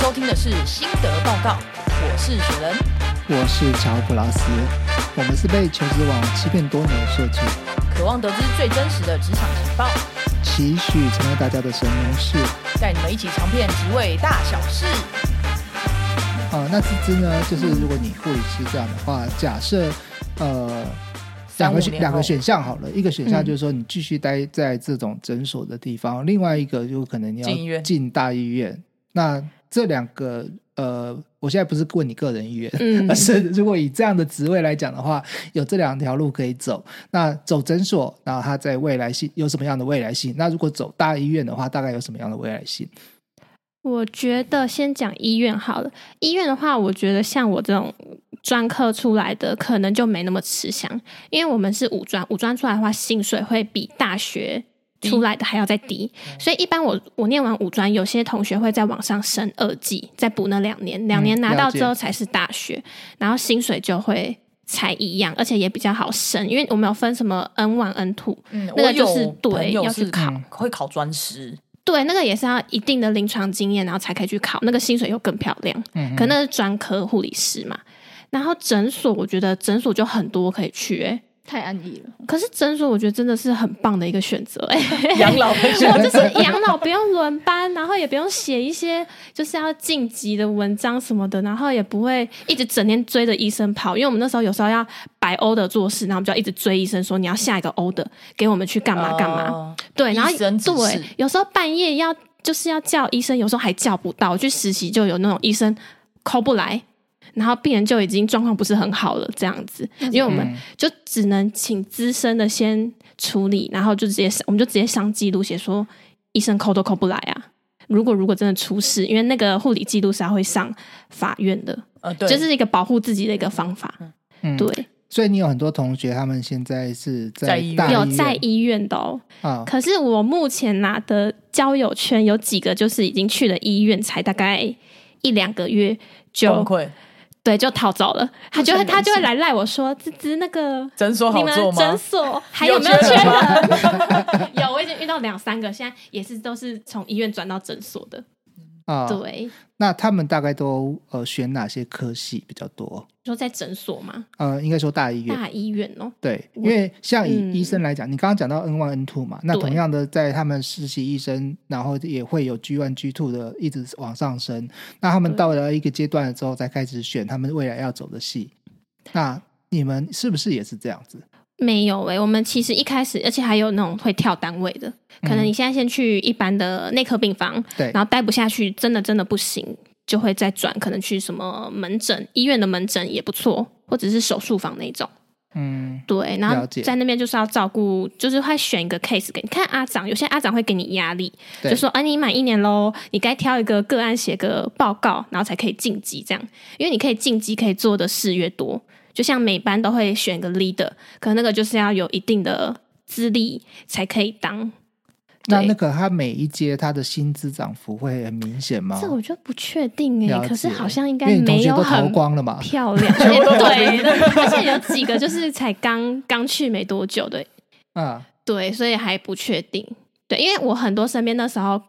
收听的是心得报告，我是雪人。我是乔普拉斯，我们是被求职网欺骗多年的设计，渴望得知最真实的职场情报，期许成为大家的神农氏。带你们一起尝遍职位大小事。啊、那这支呢，就是如果你护理师这样的话，假设呃三两五个选年两后个，选项好了，一个选项嗯就是说你继续待在这种诊所的地方，另外一个就可能你进医院要进大医院。那这两个呃，我现在不是问你个人意愿，嗯而是如果以这样的职位来讲的话，有这两条路可以走。那走诊所，然后它在未来性有什么样的未来性？那如果走大医院的话，大概有什么样的未来性？我觉得先讲医院好了。医院的话，我觉得像我这种专科出来的，可能就没那么吃香，因为我们是五专，五专出来的话，薪水会比大学出来的还要再低。嗯所以一般我我念完五专，有些同学会在往上升二技，再补那两年，两年拿到之后嗯了才是大学，然后薪水就会。才一样，而且也比较好升，因为我们有分什么 N one、N two，嗯，那我个就有是对朋友要是去考嗯会考专师，对，那个也是要一定的临床经验，然后才可以去考，那个薪水又更漂亮。嗯可那是专科护理师嘛。然后诊所，我觉得诊所就很多可以去、欸，太安逸了。可是诊所我觉得真的是很棒的一个选择、欸， 养老的选我就是养老不用轮班，然后也不用写一些就是要晋级的文章什么的，然后也不会一直整天追着医生跑，因为我们那时候有时候要白 order 做事，然后我们就要一直追医生说你要下一个 order 给我们去干嘛干嘛。哦对，然后医生指示对，有时候半夜要就是要叫医生，有时候还叫不到。我去实习就有那种医生 call 不来，然后病人就已经状况不是很好了，这样子，嗯因为我们就只能请资深的先处理，然后就直接我们就直接上记录写说医生 call 都 call 不来啊。如果如果真的出事，因为那个护理记录是要会上法院的，呃，对，就是一个保护自己的一个方法。嗯对，所以你有很多同学，他们现在是在在啊医院大有医在院医院的哦，啊，可是我目前拿的交友圈有几个，就是已经去了医院，才大概一两个月崩就溃。对就逃走了。他就会好像他就会蛮来赖我说：“芝芝，那个诊所你好做们诊吗？所还有有没有缺缺人人？” 有，我已经遇到两三个，现在也是都是从医院转到诊所的。啊，对，那他们大概都呃选哪些科系比较多？说在诊所嘛，呃，应该说大医院。大医院哦，对，因我为像嗯以医生来讲，你刚刚讲到 N one N two 嘛，那对同样的，在他们实习医生，然后也会有 G one G two 的一直往上升。那他们对到了一个阶段了之后，才开始选他们未来要走的系。那你们是不是也是这样子？没有欸诶、我们其实一开始，而且还有那种会跳单位的，可能嗯你现在先去一般的内科病房，对然后待不下去，真的真的不行，就会再转，可能去什么门诊、医院的门诊也不错，或者是手术房那种。嗯，对，然后了解在那边就是要照顾，就是会选一个 case 给你看阿长，有些阿长会给你压力，对就说啊，你满一年喽，你该挑一个个案写个报告，然后才可以晋级这样，因为你可以晋级可以做的事越多，就像每班都会选一个 leader，可能那个就是要有一定的资历才可以当。那对那个他每一阶他的薪资涨幅会很明显吗？这我就不确定哎、了可是解好像应因该为你同没学有都逃很光了嘛，漂亮，哎部都逃 对，而且有几个就是才刚刚去没多久的，啊，对，所以还不确定。对，因为我很多身边那时候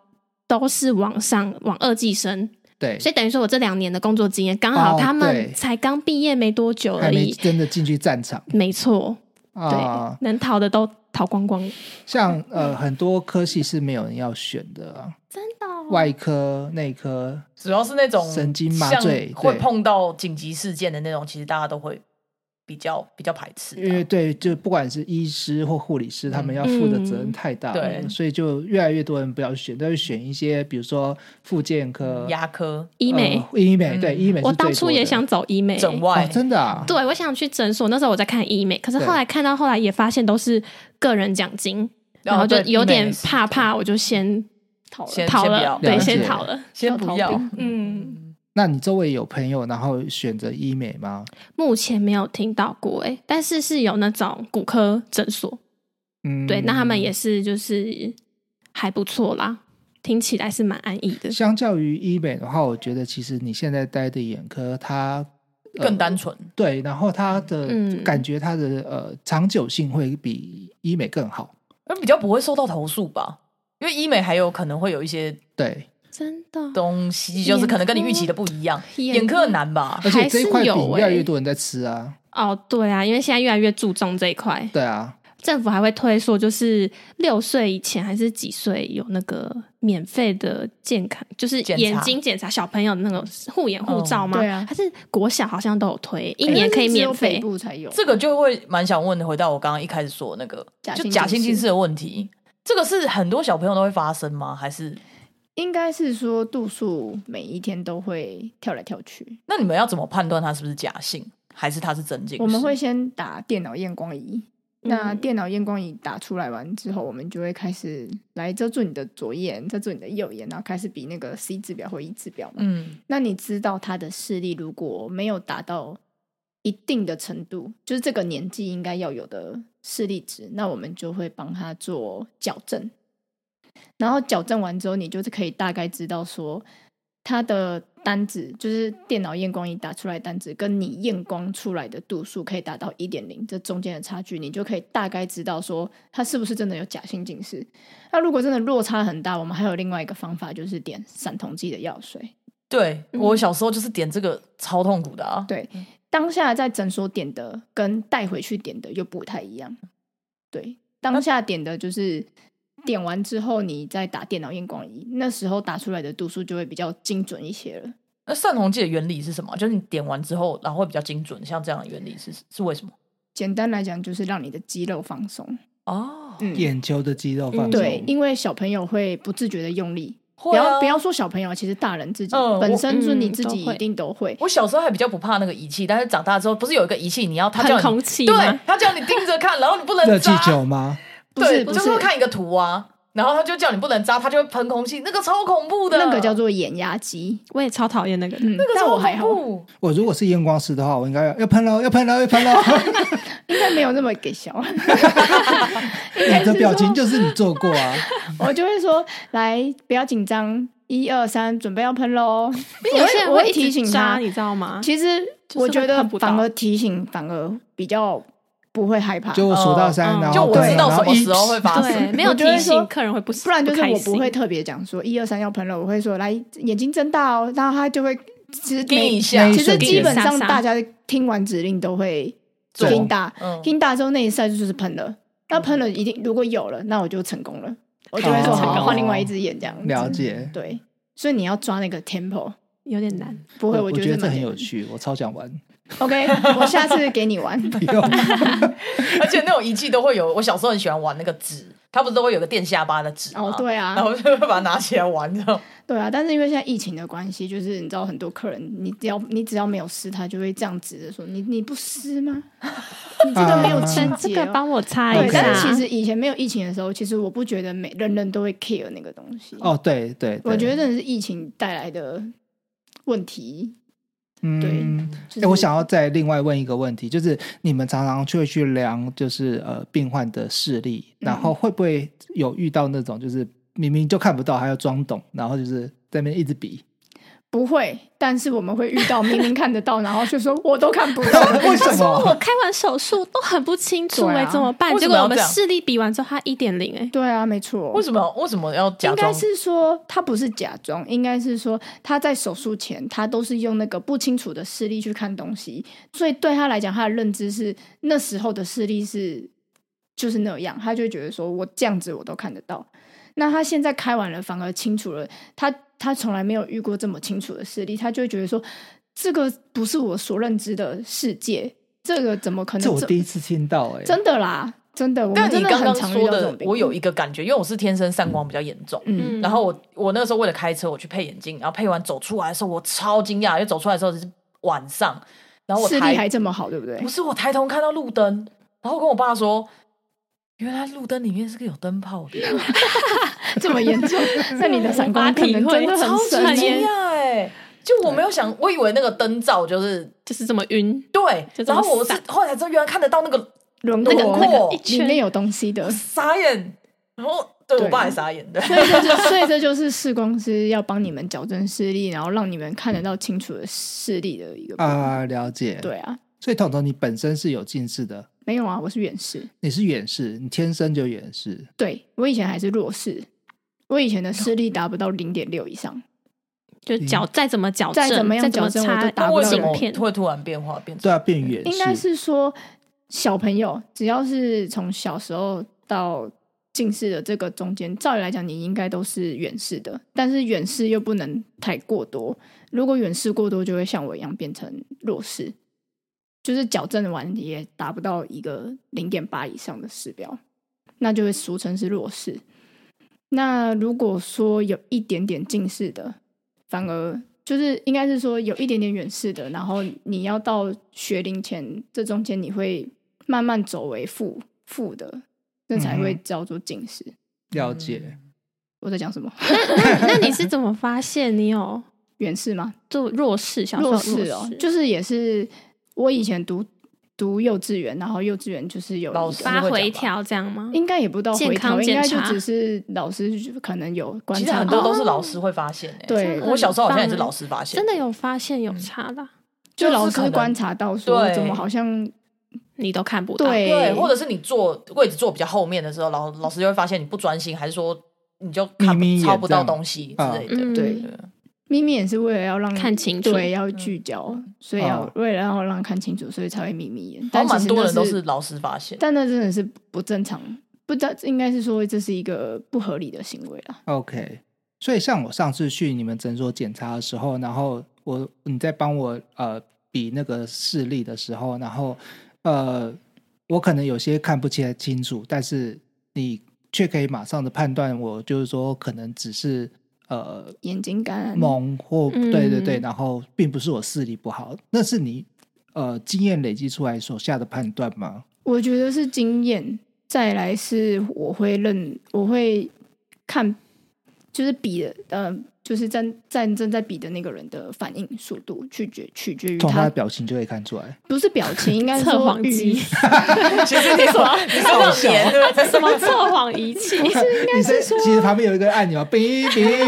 都是往上往二技生，对，所以等于说我这两年的工作经验刚好哦他们对才刚毕业没多久还而没已。真的进去战场没错，对，啊。能逃的都逃光光了。像呃很多科系是没有人要选的啊、真的、哦外科、内科，主要是那种神经麻醉像会对碰到紧急事件的那种，其实大家都会比较比较排斥的。因为对，就不管是医师或护理师，他们要负的责任太大了，嗯对所以就越来越多人不要选，都会选一些，比如说复健科、嗯牙科、医美，呃医美，对，嗯医美是最多的。我当初也想走医美、整外哦，真的啊，对，我想去诊所，那时候我在看医美，可是对哦后来看到后来也发现都是个人奖金，然后就对有医美也点是怕怕，我就先逃了，先逃先不了要，对，了解先逃了。先不要小逃兵，嗯，那你周围有朋友然后选择医美吗？目前没有听到过哎、但是是有那种骨科诊所，嗯，对，那他们也是就是还不错啦，听起来是蛮安逸的。相较于医美的话，我觉得其实你现在待的眼科，它呃嗯更单纯。对，然后它的、嗯感觉它的呃长久性会比医美更好。而比较不会受到投诉吧，因为医美还有可能会有一些对，真的东西，就是可能跟你预期的不一样。眼眼科很难吧？而且这一块还是有饼越来越欸多人在吃啊，哦，对啊，因为现在越来越注重这一块，对啊，政府还会推说，就是六岁以前还是几岁有那个免费的健康，就是检查眼睛检查小朋友的那个护眼护照吗？哦对啊还是国小好像都有推，一哎年可以那是只有免费北。部才有，这个就会蛮想问，回到我刚刚一开始说的那个，假就性近视假性近视的问题，这个是很多小朋友都会发生吗？还是应该是说度数每一天都会跳来跳去。那你们要怎么判断它是不是假性，还是它是真近视？我们会先打电脑验光仪，那嗯电脑验光仪打出来完之后，我们就会开始来遮住你的左眼，遮住你的右眼，然后开始比那个 C 指标或 E 指标嘛。嗯那你知道他的视力如果没有达到一定的程度，就是这个年纪应该要有的视力值，那我们就会帮他做矫正。然后矫正完之后，你就是可以大概知道说他的单子，就是电脑验光仪打出来的单子，跟你验光出来的度数可以达到一点零，这中间的差距，你就可以大概知道说他是不是真的有假性近视。那如果真的落差很大，我们还有另外一个方法，就是点散瞳剂的药水。对嗯我小时候就是点这个超痛苦的啊。对，当下在诊所点的跟带回去点的又不太一样。对，当下点的就是点完之后，你再打电脑验光仪，那时候打出来的度数就会比较精准一些了。那散瞳剂的原理是什么？就是你点完之后，然后会比较精准，像这样的原理是是为什么？简单来讲，就是让你的肌肉放松。哦，嗯，眼球的肌肉放松，对，因为小朋友会不自觉的用力。不会要啊不要说小朋友，其实大人自己、嗯我本身就嗯你自己都会一定都会。我小时候还比较不怕那个仪器，但是长大之后，不是有一个仪器，你要他叫喷你空气对吗？，他叫你盯着看，然后你不能热气扎，球吗？不是对，不就是会看一个图啊，然后他就叫你不能扎，他就会喷空气，那个超恐怖的，那个叫做眼压肌，我也超讨厌那个的。嗯，那个但超我还好恐，怖，我如果是验光师的话，我应该要要喷喽，要喷喽，要喷喽！应该没有那么 给小。 你的表情就是你做过啊， 我就会说：“来，不要紧张，一二三，准备要喷喽。”因为有些人我会一直提醒扎他。你知道吗？其实就是我觉得会碰不到反而提醒反而比较不会害怕，就我数到三，嗯然就后我对知道然什后么一时候会发对，生。没有我提就会醒说客人会不不然就是开我心不会特别讲说一二三要喷了，我会说来眼睛睁大哦，然后他就会其实盯一每下那一其实瞬间基本傻上傻大家听完指令都会做听大，嗯，听大之后那一下就是喷了，那喷了一定如果有了，那我就成功了，我就会说哦好换另外一只眼这样子了解。对，所以你要抓那个 tempo，有点难。不会，我觉觉得这这很有趣，我超想玩。 OK，我下次给你玩。不用而且那种仪器都会有，我小时候很喜欢玩那个纸，它不是都会有个垫下巴的纸哦吗，？对啊然，后就会把它拿起来玩，这样对啊，但是因为现在疫情的关系，就是你知道很多客人，你只要你只要没有撕，他就会这样指着说：“你你不撕吗？ 你这个没啊有清但 啊这洁个哦、帮我擦对一，OK 下。啊但是其实以前没有疫情的时候，其实我不觉得每人人都会 care 那个东西。哦，对对，对我觉得真的是疫情带来的问题。嗯。就是哎、我想要再另外问一个问题，就是你们常常就会去量，就是呃病患的视力，然嗯后会不会有遇到那种就是明明就看不到，还要装懂，然后就是在那边一直比，不会，但是我们会遇到明明看得到，然后就说 我都看不 到。为什哦我么？开完手术都很不清楚对哎、啊怎么办？为什结么果要我们这样视力比完之后，他一点零哎，对啊，没错。为什么为什么要假应该装？是说他不是假装，应该是说他在手术前，他都是用那个不清楚的视力去看东西，所以对他来讲，他的认知是那时候的视力是就是那样，他就会觉得说我这样子我都看得到。那他现在开完了，反而清楚了，他他从来没有遇过这么清楚的视力，他就会觉得说这个不是我所认知的世界，这个怎么可能？这我第一次听到、哎，真的啦，真的，我们但真你的刚很刚常遇说到这的种，病。我有一个感觉，因为我是天生散光比较严重，嗯嗯然后我我那个时候为了开车，我去配眼镜，然后配完走出来的时候，我超惊讶，因为走出来的时候是晚上，然后我视力抬还这么好，对不对不？是我抬头看到路灯，然后跟我爸说，原来路灯里面是个有灯泡 的， 这么严 重，那你的闪光可能真的超很级深惊耶。讶哎！就我没有想，我以为那个灯罩就是就是这么晕。对，就这然么后我是散后来才知道原来看得到那个轮那个廓那个一里圈面有东西 的，傻眼，然后对呃对我爸也傻眼，对，所以这就所以这就是视光师要帮你们矫正视力，然后让你们看得到清楚的视力的一个部分啊、了解。，对啊，所以彤彤你本身是有近视的，没有啊，我是远视，你是远视，你天生就远视。对我以前还是弱视，我以前的视力达不到零点六以上，就矫再怎么矫正，嗯再怎么样再怎么矫正擦我都打那不为到什镜么片，会突然变化变对成？啊，变远应该是说小朋友只要是从小时候到近视的这个中间，照理来讲你应该都是远视的，但是远视又不能太过多，如果远视过多就会像我一样变成弱视，就是矫正完也达不到一个零点八以上的视标，那就会俗称是弱视。那如果说有一点点近视的，反而就是应该是说有一点点远视的，然后你要到学龄前这中间，你会慢慢走为负负的，那才会嗯哼叫做近视。了嗯解。我在讲什么？ 那那你是怎么发现你有远视吗？做弱势？小时候弱有势哦视，就是也是我以前读读幼稚园，然后幼稚园就是有一个老师发回调这样吗？应该也不到健回康头，应该检就查只是老师就可能有观其实察很多到，都是老师会发现诶、哦欸对啊我小时候好像也是老师发现，真的有发现有差啦，就就是老可师能观察到说对怎么好像你都看不到。对，对，或者是你坐位置坐比较后面的时候，老老师就会发现你不专心，还是说你就看眯眯眼抄不到这样东西之啊类的。嗯，对咪咪也是为了要让看清楚对，要聚焦，所以要哦为了要让看清楚，所以才会眯眯眼。好但像其蛮实多那人都是是，老师发现，但那真的是不正常，不知道应该是说这是一个不合理的行为啦。 OK，所以像我上次去你们诊所检查的时候，然后我你在帮我呃比那个视力的时候，然后呃我可能有些看不清清楚，但是你却可以马上的判断我，就是说可能只是呃眼睛干，啊蒙或对对对，嗯然后并不是我视力不好，那是你呃经验累积出来所下的判断吗？我觉得是经验，再来是我会认，我会看，就是比的，呃，就是站站正在比的那个人的反应速度，取决取决于从他他的表情就可以看出来。不是表情，应该是测说谎语机，其 实你说你是好那笑种年对不对？什么测谎仪 器？你是其实旁边有一个按钮，哔哔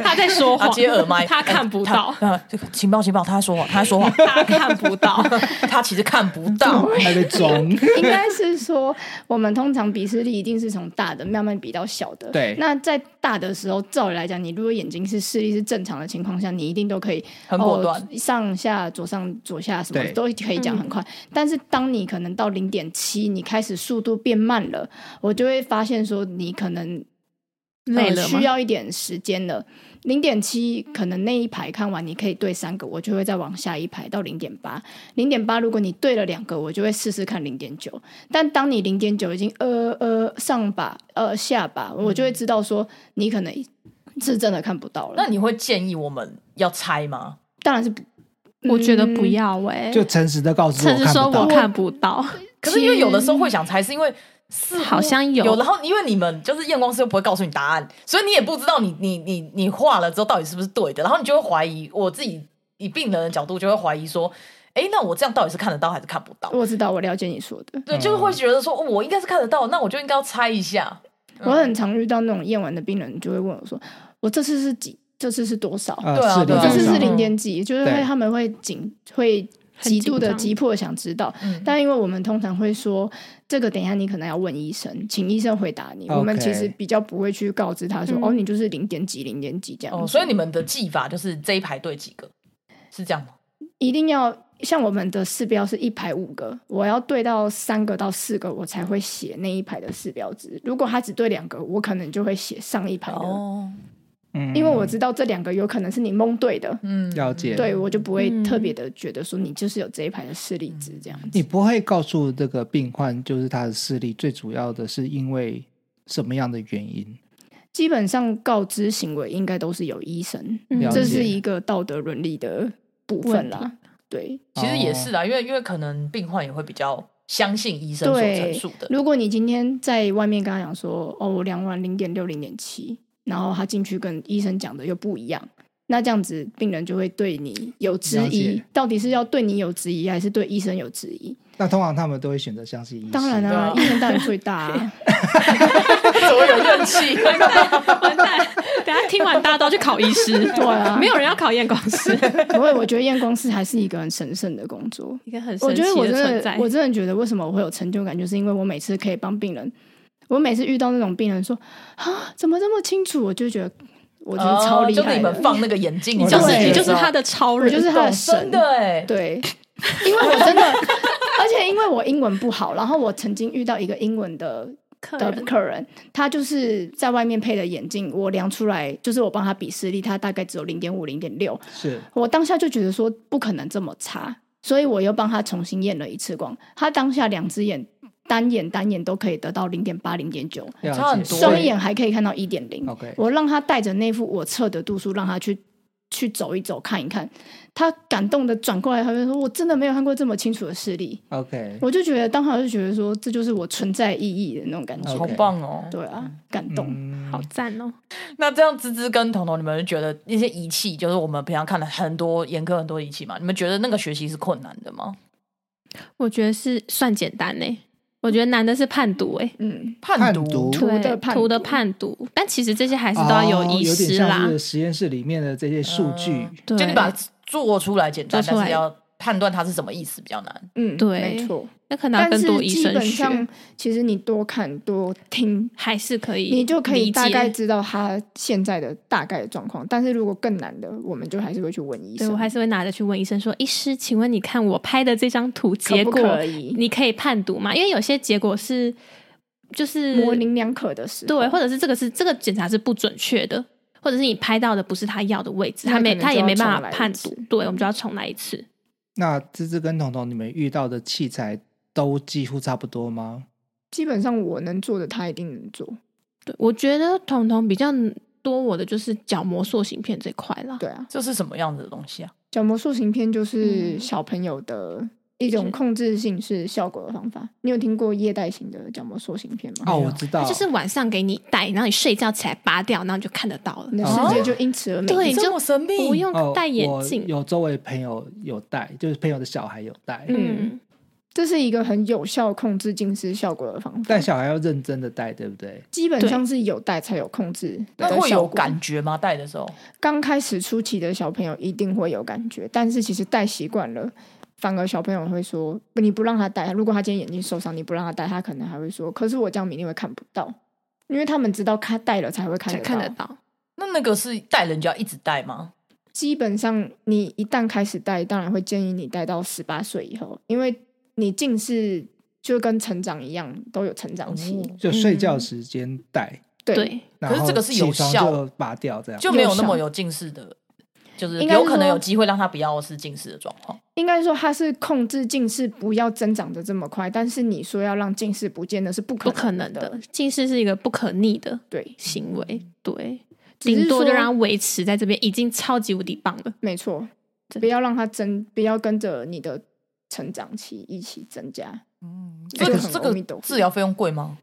他在说他谎，啊接耳麦，他看不到，他啊这个情报情报，他在说谎，他在说谎，他看不到。 他其实看不到。还被装。 应该是说，我们通常比视力一定是从大的慢慢比到小的。对那在大的时候，照理来讲，你如果眼睛是视力是正常的情况下，你一定都可以很果断哦上下左上左下什么对都可以讲很快。嗯但是当你可能到零点七，你开始速度变慢了，我就会发现说，你可能累呃了吗需？要一点时间了。零点七可能那一排看完，你可以对三个，我就会再往下一排到零点八。零点八，如果你对了两个，我就会试试看零点九。但当你零点九已经呃呃上把呃下把，我就会嗯知道说你可能是真的看不到了。那你会建议我们要猜吗？当然是不，我觉得不嗯要哎，就诚实的告诉甚我至看说不到我。看不到，可是因为有的时候会想猜，是因为似乎好像有有，然后因为你们就是验光师又不会告诉你答案，所以你也不知道你你你你画了之后到底是不是对的，然后你就会怀疑。我自己以病人的角度就会怀疑说，哎，那我这样到底是看得到还是看不到？我知道，我了解你说的。对，就是会觉得说，哦我应该是看得到，那我就应该要猜一下。嗯嗯我很常遇到那种验完的病人，就会问我说：“我这次是几？这次是多少？”啊对啊视力对啊这不次是好嗯零点几，就是对会他们会紧会极度的很紧张急迫地想知道嗯，但因为我们通常会说这个，等一下你可能要问医生，请医生回答你。我们 OK 其实比较不会去告知他说，嗯哦，你就是零点几零点几这样哦，子，所以你们的技法就是这一排对几个，是这样吗？一定要像我们的四标是一排五个，我要对到三个到四个，我才会写那一排的四标值。如果他只对两个，我可能就会写上一排的，哦，嗯因为我知道这两个有可能是你蒙对的，嗯了解对我就不会嗯特别的觉得说你就是有这一排的视力值这样子。你不会告诉这个病患，就是他的视力最主要的是因为什么样的原因？基本上告知行为应该都是有医生，嗯了解这是一个道德伦理的部分啦。对其实也是啦，因为因为可能病患也会比较相信医生所陈对述的，，如果你今天在外面跟他讲说，哦，我量完零点六、零点七，然后他进去跟医生讲的又不一样，那这样子病人就会对你有质了疑解，到底是要对你有质疑，还是对医生有质疑？那通常他们都会选择相信医生。当然啊，对医生当然最大、啊。怎么有怨气？完蛋！等下听完大家都要去考医师，对啊没有人要考验光师，不会，我觉得验光师还是一个很神圣的工作。一个很神我奇觉得我的真存的在，。我真的觉得为什么我会有成就感，就是因为我每次可以帮病人我每次遇到那种病人说啊，怎么这么清楚，我就觉得我我觉得哦超厉哦就害你的、们放那个眼镜，我就讲是视你觉就的是时候他的超我人，就是他的神真，的哎， 对，因为我真的，而且因为我英文不好，然后我曾经遇到一个英文的客的人客人，他就是在外面配了眼镜，我量出来就是我帮他比视力，他大概只有零点五、零点六，是我当下就觉得说不可能这么差，所以我又帮他重新验了一次光，他当下两只眼单眼单眼都可以得到零点八、零点九，了差很解多双眼还可以看到一点零。 OK，我让他带着那副我测的度数，让他去去走一走看一看。他感动的转过来，他就说：“我真的没有看过这么清楚的视力。 OK，” 我就觉得当时就觉得说，这就是我存在意义的那种感觉。好 OK 棒哦。对啊，感动。嗯好赞哦！那这样，芝芝跟彤彤，你们觉得那些仪器，就是我们平常看了很多严苛很多仪器嘛？你们觉得那个学习是困难的吗？我觉得是算简单呢、我觉得难的是判读哎、嗯，判读图对的判图的读判读，但其实这些还是都要哦有医有师点啦像。是实验室里面的这些数据嗯，对就你把它做出来简单，做出但来是要判断它是什么意思比较难。嗯，对没错。那可能要但更是多医基生本学上，，其实你多看多听，还是可以，你就可以大概。知道他现在的大概的状况。但是如果更难的，我们就还是会去问医对生。我还是会拿着去问医生说：“医师，请问你看我拍的这张图，可结不果可以你可以判读吗？因为有些结果是就是模棱两可的时候，对，或者是这个是这个检查是不准确的，或者是你拍到的不是他要的位置，那他可没能他就也要没办重法来一判次读，对，我们就要重来一次。那芝芝跟彤彤，你们遇到的器材都几乎差不多吗？基本上我能做的，他一定能做。嗯对，我觉得彤彤比较多我的就是角膜塑形片这块啦，对啊，这是什么样子的东西啊？角膜塑形片就是嗯小朋友的一种是控制性是效果的方法。你有听过液态型的角膜塑形片吗？哦，没有我知道，就是晚上给你戴，然后你睡觉起来拔掉，然后你就看得到了你，的世界就因此而美。哦对，这就么神秘不用哦戴眼我镜。有周围朋友有戴，就是朋友的小孩有戴，嗯，这是一个很有效控制近视效果的方法。但小孩要认真的戴，对不对？基本上是有戴才有控制那的会效有果感觉吗？戴的时候，刚开始初期的小朋友一定会有感觉，但是其实戴习惯了，反而小朋友会说：“不你不让他戴，如果他今天眼睛受伤，你不让他戴，他可能还会说：‘可是我这样明天会看不到。’因为他们知道他戴了才会看才得到。看得到。那那个是戴人就要一直戴吗？基本上，你一旦开始戴，当然会建议你戴到十八岁以后，因为你近视就跟成长一样，都有成长期。哦就睡觉时间戴，对，对，然可是后这个是有起床效就拔掉这样。就没有那么有近视的，就是应该是有可能说有机会让他不要是近视的状况。应该说它是控制近视不要增长的这么快，但是你说要让近视不见的是不可不可能能的，近视是一个不可逆的对，行为，对，只是顶多就说让它维持在这边，已经超级无敌棒了。没错，真的不要让它增，不要跟着你的成长期一起增加。嗯，这这个个很这阿弥陀个佛治疗费用贵吗？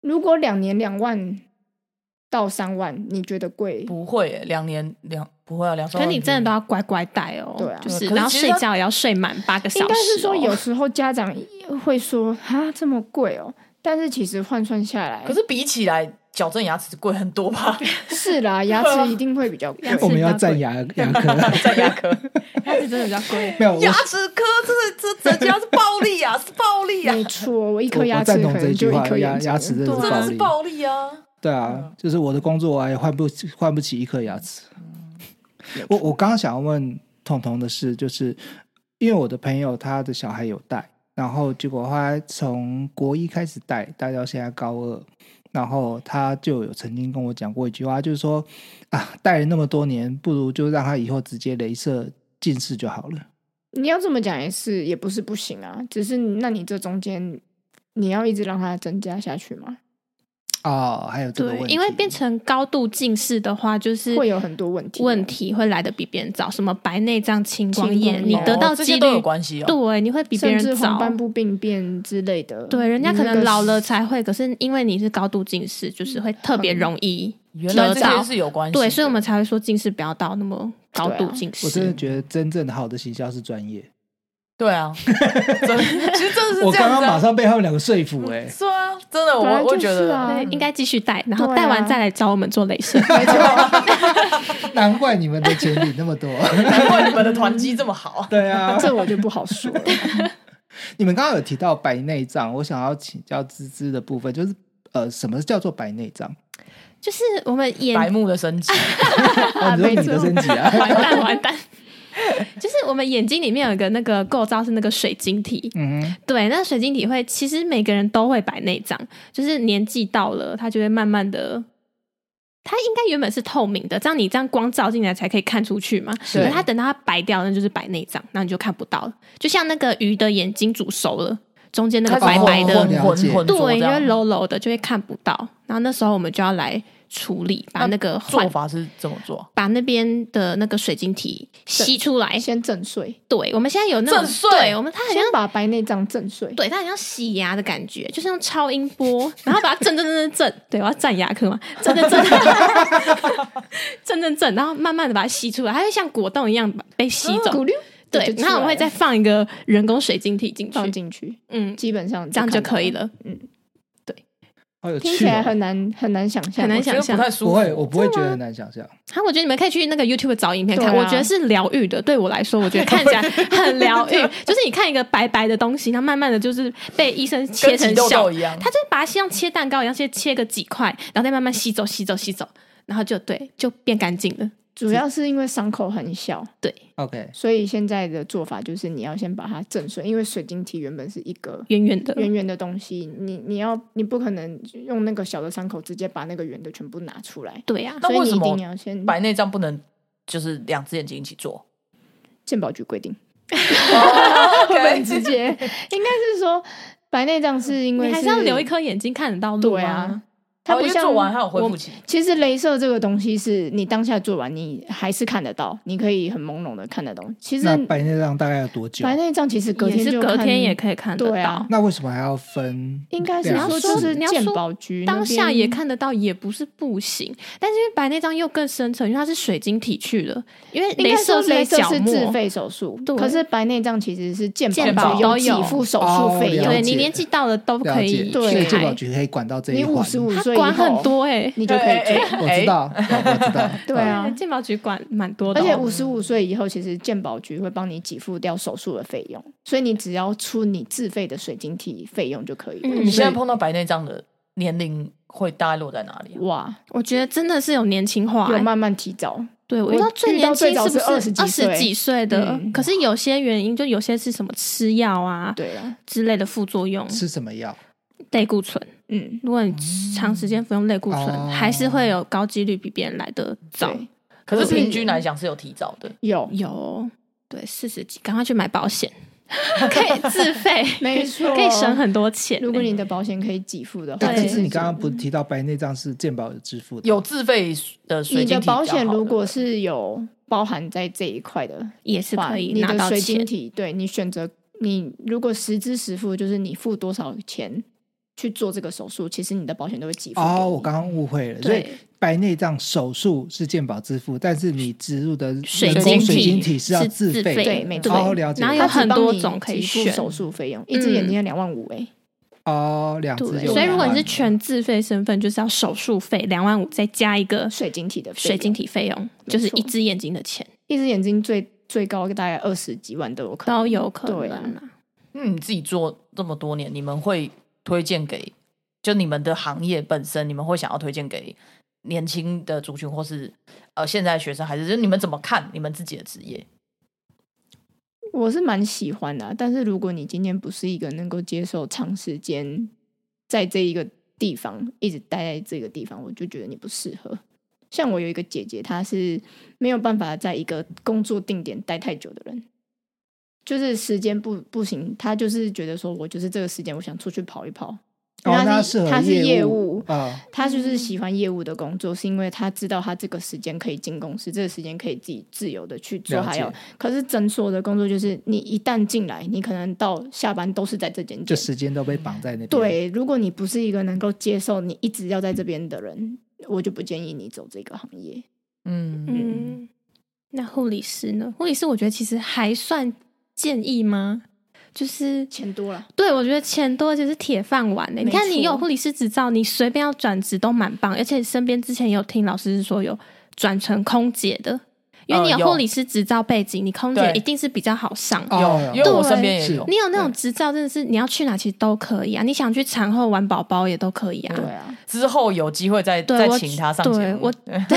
如果两年两万到三万，你觉得贵？不会耶，两年两不会啊，两三可万你真的都不要乖乖戴哦，对啊就对是可是然后其实睡要觉也要睡满八个小时、应哦。该是 说有时候家长会说啊这么贵哦，但是其实换算下来，贵可是比起来，矫正牙齿贵很多 吧？是啦，牙齿一定会比较贵。牙齿我们要比较站贵牙牙科， 在牙科，它是真的比较贵。没有我牙齿科这这这家是暴力啊，是暴力啊，没错，我一颗我牙我齿赞可同这能句就一话，颗牙眼睛牙齿真的对是真的暴是力。暴力啊！对啊，就是我的工作还换不起换不起一颗牙齿。嗯我我刚刚想要问彤彤的是，就是因为我的朋友他的小孩有戴，然后结果他从国一开始戴，戴到现在高二，然后他就有曾经跟我讲过一句话，就是说啊，戴了那么多年，不如就让他以后直接镭射近视就好了。你要这么讲也是，也不是不行啊，只是那你这中间你要一直让它增加下去嘛，哦，还有这个对问，题，因为变成高度近视的话，就是会有很多问题啊。问题会来的比别人早，什么白内障、青光眼，青光眼你得到哦这些几都有率、关系哦。对，你会比别甚至人黄早。斑部病变之类的。对，人家可你那能个老 了才会，可是因为你是高度近视，就是会特别容易。原来这得到些是有关系的，对，所以我们才会说近视不要到那么高度近我真视的。觉得真正好的行销是专业。对啊， 真其实真的是我这样刚子啊刚马上被他们两个说服、欸，哎、是啊，真的，我本来我就觉是得啊对，应该继续戴，然后对啊戴完再来找我们做镭射。难怪你们的 钱领那么多。。难怪你们的团肌这么好对啊，这我就不好说了。 你们刚刚有提到白内障，我想要请教芝芝的部分，就是呃，什么叫做白内 障？就是我们眼白目的升级，哦，你说你的身体啊， 完蛋完蛋，就是我们眼睛里面有一个那个构造是那个水晶体，嗯哼，对，那水晶体会其实每个人都会白内障，就是年纪到了，它就会慢慢的。它应该原本是透明的，这样你这样光照进来才可以看出去嘛。是可是它等到它白掉，那就是白内障，那你就看不到了。就像那个鱼的眼睛煮熟了，中间那个开始 白白的哦浑浑浑浑浊对，这因为样。柔柔的就会看不到。然后那时候我们就要来处理，把那个换做法是怎么做？把那边的那个水晶体吸出来。先震碎，对，我们现在有那种震碎对，我们它好先像把白内障震碎。对，它很像洗牙的感觉，就是用超音波，然后把它震震震震震，对，我要站牙 科嘛，震震震震震震，然后慢慢的把它吸出来，它会像果冻一样被吸走。咕噜，哦对，然后我们会再放一个人工水晶体进放去，进去，嗯，基本上这样就可以了。了。好有趣、哦，听起来很难很难想象，很难我想觉得不太舒不服。会，我不会觉得很难想象。好，我觉得你们可以去那个 YouTube 找影片看，对啊我觉得是疗愈的。对我来说，我觉得看起来很 疗愈，就是你看一个白白的东西，然后慢慢的就是被医生切跟成挤痘小痘一样他，就是把它像切蛋糕一样，先切个几块，然后再慢慢吸走、吸走、吸走，然后就对，就变干净了。主要是因为伤口很小， OK，所以现在的做法就是你要先把它震碎，因为水晶体原本是一个圆圆的，圆圆的东西，你你要你不可能用那个小的伤口直接把那个圆的全部拿出来，对啊呀、那所以为你什一么定要先白内障不能就是两只眼睛一起做？鉴宝局规定，哦会不会，OK 直接？ 应该是说白内障是因为你还是要留一个，颗眼睛看得到路对啊，它好不因为像做完还有恢我复期，其实镭射这个东西是你当下做完，你还是看得到，你可以很朦胧的看得懂。其实那白内障大概要多久？白内障其实隔也天是就隔看天也可以看得对到啊。那为什么还要分？应该是对啊说就是你要说鉴宝局那边当下也看得到，也不是不行，但是因为白内障又更深层，因为它是水晶体去了，因为应该镭射说在镭射角是自膜，费手术对，可是白内障其实是健健保保局都有给付手术费哦了用解对，你年纪到了都可了以解，去所以对健开保局可以管到这一你五环。十五它岁以管很后，多哎、你就可以哎追。哎我知道，我知道。 对啊欸，，健保局管蛮多的而哦、且五十五岁以后，其实健保局会帮你给付掉手术的费用，所以你只要出你自费的水晶体费用就可以了。嗯你现在所以碰到白内障的年龄会大概落在哪里啊？哇，我觉得真的是有年轻化、有欸，慢慢提早，对，我我知道最遇到年轻最早是不是二20几岁几岁的？嗯可是有些原因，就有些是什么吃药啊对啦，之类的副作用，吃什么药？类固醇。嗯，如果你长时间服用类固醇，哦还是会有高几率比别人来的早。对，可是我平均来讲是有提早的，有，有，对，四十几，赶快去买保险， 可以自费， 没错可以省很多钱欸、如果你的保险可以给付的话，对但是你刚刚不是提到白内障是健保有支付的，有自费的水你晶的体比较好保险如对果不对是有包含在这一块的也是话，可以你拿的到水晶钱。体，对你选择你如果实支实付，就是你付多少钱去做这个手术，其实你的保险都会给付给你。哦，我刚刚误会了，所以对，白内障手术是健保支付，但是你植入的水人工晶水体晶体是要自自费费的对没错哦了解然后了有它只很帮多你种可以给付选手术费用，一只眼睛要两万五哎，哦，两只对，就所以如果两你万是全自费身份，就是要手术费两万五，再加一个水晶体的费水用晶体费用，就是一只眼睛的钱一只眼睛最最高大概二十几万都有可能。都有可对啊能啦。嗯，你自己做这么多年，你们会推荐给就你们的行业本身，你们会想要推荐给年轻的族群，或是呃现在的学生，还是就你们怎么看你们自己的职业？我是蛮喜欢的啊、但是如果你今天不是一个能够接受长时间在这一个地方一直待在这个地方，我就觉得你不适合。像我有一个姐姐，她是没有办法在一个工作定点待太久的人，就是时间不不行，她就是觉得说我就是这个时间，我想出去跑一跑。因为哦，那她适是、合她是业务，啊，他嗯就是喜欢业务的工作，是因为他知道他这个时间可以进公司，这个时间可以自己自由的去做。了解还有，可是诊所的工作就是你一旦进来，你可能到下班都是在这间店。就时间都被绑在那边。，对，如果你不是一个能够接受你一直要在这边的人，我就不建议你走这个行业。嗯嗯，那护理师呢？护理师我觉得其实还算建议吗？就是钱多了，对我觉得钱多就是铁饭碗呢、没你看你错有护理师执照，你随便要转职都蛮棒，而且身边之前也有听老师是说有转成空姐的。因为你呃有有护理师执照背景，你空姐对一定是比较好上。哦有，因为我对身边也有是。你有那种执照，真的是你要去哪其实都可以啊，你想去产后玩宝宝也都可以啊对。啊，之后有机会再对再我请他上对节目。我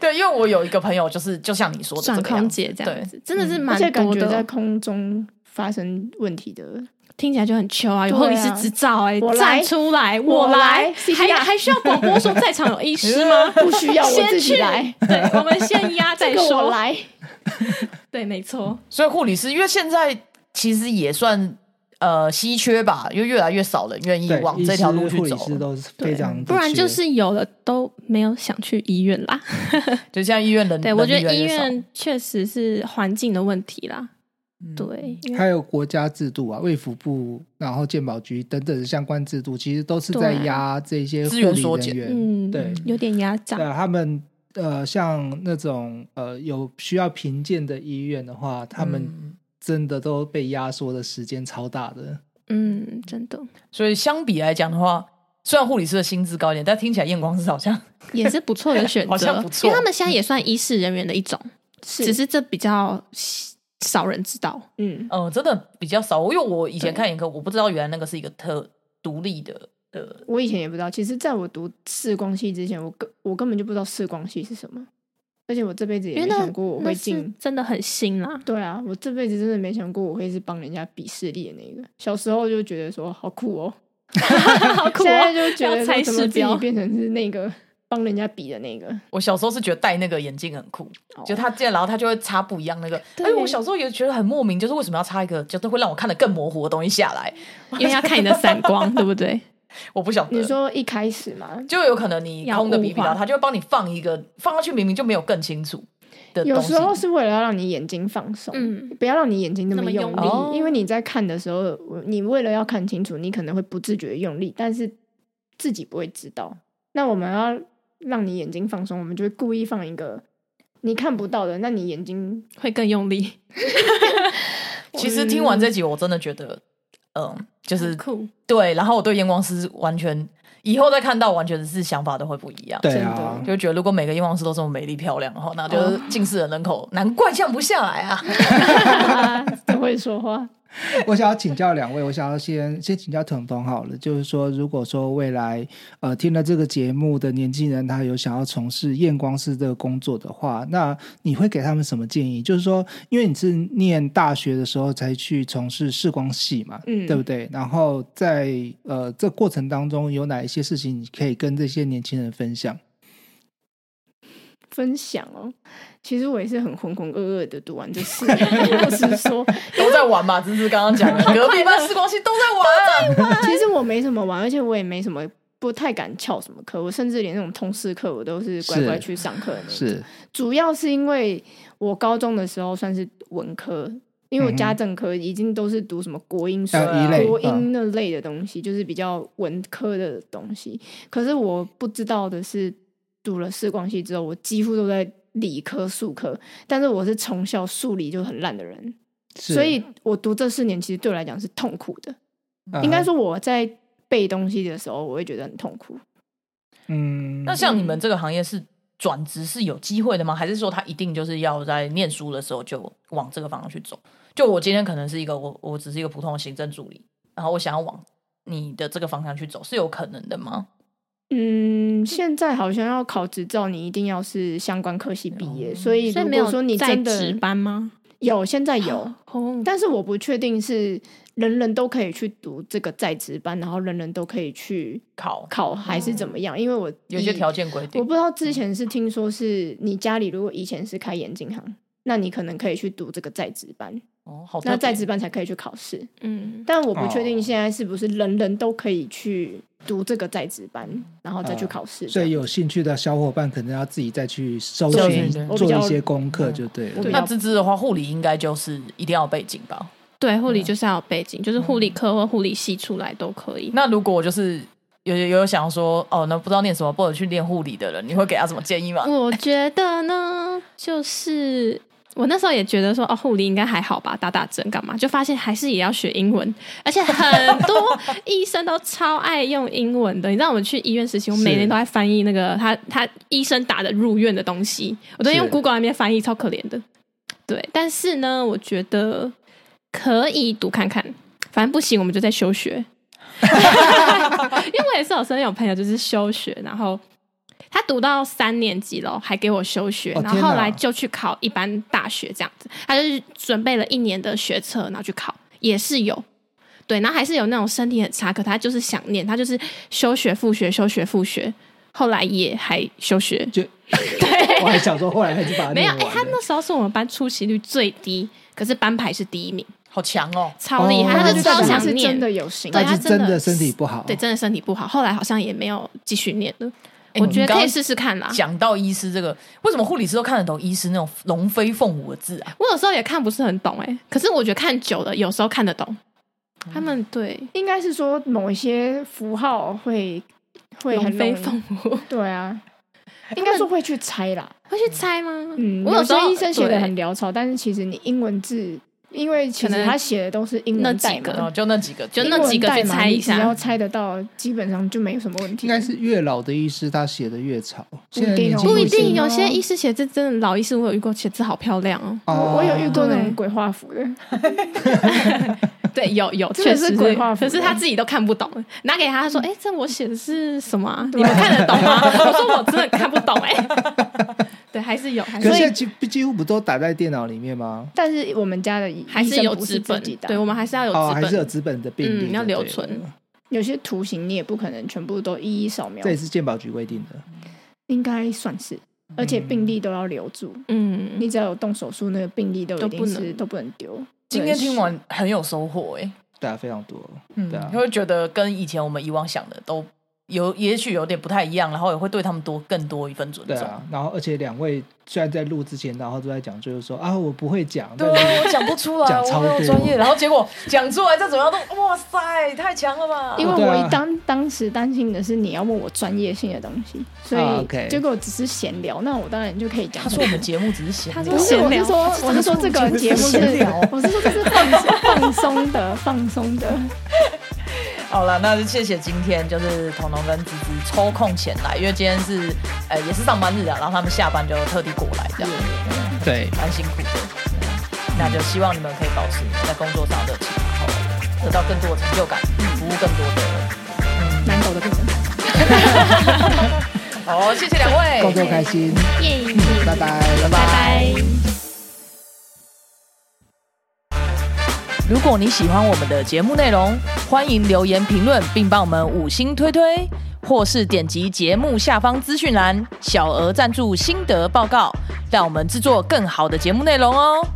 对，因为我有一个朋友，就是就像你说的这转个样空子，嗯姐这样子，真的是而蛮且感多觉在的，哦空中发生问题的，听起来就很秋啊，有护理师执照哎，我来站出来，我我来来，还 CPR？还需要广播说在场有医师吗 不需要哎 我先自己去来，对，我们先压再 这个我说。来。对，没错，所以护理师，因为现在其实也算呃稀缺吧，因为越来越少人愿意对，往医这条师路去护理走。师都是非常，不然就是有了都没有想去医院啦。就像医院人，对，我觉人得力医嗯越来越少院确实是环境的问题啦。嗯对，因为还有国家制度啊，卫福部，然后健保局等等的相关制度，其实都是在对啊压这些护资理源缩人减员。嗯，对有点压榨对。啊，他们呃，像那种呃有需要评鉴的医院的话，他们嗯真的都被压缩的时间超大的。嗯，真的所以相比来讲的话，虽然护理师的薪资高一点，但听起来验光师好像也是不错的 选好择像不，错因为他们现在也算医事人员的一种，只是这比较少人知道。嗯，嗯、呃真的比较少。因为我以前看眼科，我不知道原来那个是一个特独立的呃的我以前也不知道。其实，在我读视光系之前，我根我根本就不知道视光系是什么，而且我这辈子因也为没那想过我那会是进。真的很新 啦，对啊，我这辈子真的没想过我会是帮人家比视力的那个。小时候就觉得说好酷哦，好酷现在啊！就觉得要猜说怎么视自己标变成是那个帮人家比的 那个。我小时候是觉得戴那个眼镜很酷，就他进来，然后他就会插不一样那个。哎，对我小时候也觉得很莫名，就是为什么要插一个，就是会让我看得更模糊的东西下来？因为要看你的散 光，对不对？我不晓你得。说一开始嘛，就有可能你要空的雾比比较，化他就会帮你放一个放上去，明明就没有更清楚的有东西时。候是为了要让你眼睛放松，嗯不要让你眼睛那那么么用用力，力哦因为你在看的时候，你为了要看清楚，你可能会不自觉地用力，但是自己不会知道。那我们要让你眼睛放松，我们就会故意放一个你看不到的，那你眼睛会更用力，其实听完这集，我真的觉得，嗯，就是很酷。对。然后我对验光师完全以后再看到，完全是想法都会不一样。对真啊的，就觉得如果每个验光师都这么美丽漂亮的话，那就是近视的人口难怪降不下来啊。都会说话。 我想要请教两位，我想要先先请教腾鹏好了，就是说，如果说未来呃听了这个节目的年轻人，他有想要从事验光师这个工作的话，那你会给他们什么建议？就是说，因为你是念大学的时候才去从事视光系嘛，嗯对不对？然后在呃这过程当中，有哪一些事情你可以跟这些年轻人分享？分享哦， 其实我也是很浑浑噩噩的读完这 四年，老实说，都在玩嘛，芝芝刚刚讲的，隔壁班时光系都在玩啊。其实我没什么玩，而且我也没什么不太敢翘什么课，我甚至连那种通识课我都是乖乖是去上课的那种。是主要是因为我高中的时候算是文科，因为我家政科已经都是读什么国英嗯数、啊呃一类国嗯英那类的东西，就是比较文科的东西。可是我不知道的是，读了视光系之后，我几乎都在理科、数科，但是我是从小数理就很烂的人，是，所以我读这四年其实对我来讲是痛苦的。应该说，说我在背东西的时候，我会觉得很痛苦。嗯， 那像你们这个行业是转职是有机会的吗？还是说他一定就是要在念书的时候就往这个方向去走？就我今天可能是一个我我只是一个普通的行政助理，然后我想要往你的这个方向去走，是有可能的吗？嗯，现在好像要考执照，你一定要是相关科系毕业，哦所以所以如没果有说你在真值的班吗？有，现在有，哦，但是我不确定是人人都可以去读这个在职班，然后人人都可以去考考还是怎么样？因为我有一些以条件规我定，不知道之前是听说是你家里如果以前是开眼镜行，那你可能可以去读这个在职班，哦，好特别，那在职班才可以去考试。嗯，但我不确哦定现在是不是人人都可以去读这个在职班，然后再去呃考试这所样。以有兴趣的小伙伴可能要自己再去搜搜寻寻我比做较一些功课嗯就对了。我比那较芝芝的话，护理应该就是一定要有背景吧？对，护理就是要有背景，就是护理嗯科或护理系出来都可以。那如果我就是有有有想说哦，那不知道念什么，或者去念护理的人，你会给他什么建议吗？我觉得呢，就是我那时候也觉得说，哦，护理应该还好吧，打打针干嘛？就发现还是也要学英文，而且很多医生都超爱用英文的。你知道我们去医院实习，我是每年都在翻译那个他他医生打的入院的东西，我都用是 Google 那边翻译，超可怜的。对，但是呢，我觉得可以读看看，反正不行我们就在休学。 因为我也是有身边有朋友就是休学，然后他读到三年级了，还给我休学，哦然后天哪后来就去考一般大学这样子，他就是准备了一年的学测，然后去考，也是有。对，然后还是有那种身体很差，可他就是想念，他就是休学复学，休学复学，后来也还休学，就 我还想说，后来还是把它没有，哎、哎、他那时候是我们班出席率最低，可是班排是第一名，好强哦！超厉害，哦他就就超代表想他是念，真的有心，对那他是真的真的身体不好，对，真的身体不好，后来好像也没有继续念了。哎我觉你得刚可以试试看啦。讲到医师这个，为什么护理师都看得懂医师那种龙飞凤舞的字啊？我有时候也看不是很懂哎、可是我觉得看久了，有时候看得懂。嗯他们对应该是说某一些符号会会龙很飞容易凤 舞，对啊，应该说会去猜啦。会去猜吗？嗯，我有时些候医生写的对很潦草，但是其实你英文字，因为其可实能他写的都是英那文几代个码，然后就那几个字，就那几个英文去代码猜一你只要下。猜得到，基本上就没有什么问题。应该是越老的医师他写的越潮，现在一定年哦轻不一医师定，不行哦有些医师写字真的老医师，我有遇过写字好漂亮 哦。哦我我有遇过那对种鬼画符的，对，有有，真的确是实鬼画符可是的嗯他自己都看不懂，拿给他说：“哎、这我写的是什么、啊？你们看得懂 吗？”我说：“我真的看不懂。”哎， 对，还是有，还可是是有现在几几乎不都打在电脑里面吗？但是我们家的医还医生有不纸是自本己，的，啊对我们还是要有哦，还纸是有本。资本的病例嗯要就对留了存，有些图形你也不可能全部都一一扫描这，也是健保局规定的。应该算是，而且病历都要留住。嗯，你只要有动手术，那个病历都都一不定能是都不能丢。今天听完很有收获哎、对啊，非常多。嗯，对啊就会觉得跟以前我们以往想的都有，也许有点不太一样，然后也会对他们多更多一份尊对重。啊，然后而且两位虽然在录之前，然后都在讲，就是说啊，我不会讲，对但是啊，我讲不出来，讲我超没有多专业，然后结果讲出来，再怎么样都哇塞，太强了吧！因为对我啊一当当时担心的是你要问我专业性的东西，所啊以，OK 结果只是闲聊，那我当然就可以讲他。说我们节目只是闲他聊，说不是，闲我聊是说，我是说这个节目是闲聊，我是说这是放松放松的，放松的。好了，那就谢谢今天就是彤彤跟芝芝抽空前来，因为今天是呃也是上班日啊，然后他们下班就特地过来，这样对，蛮辛苦的。那就希望你们可以保持在工作上的热情，然后得到更多的成就感，服务更多的人。难搞的病人。好，谢谢两工位。作开心，耶，拜拜。拜拜。如果你喜欢我们的节目内容，欢迎留言评论，并帮我们五星推推，或是点击节目下方资讯栏小额赞助心得报告，让我们制作更好的节目内容哦。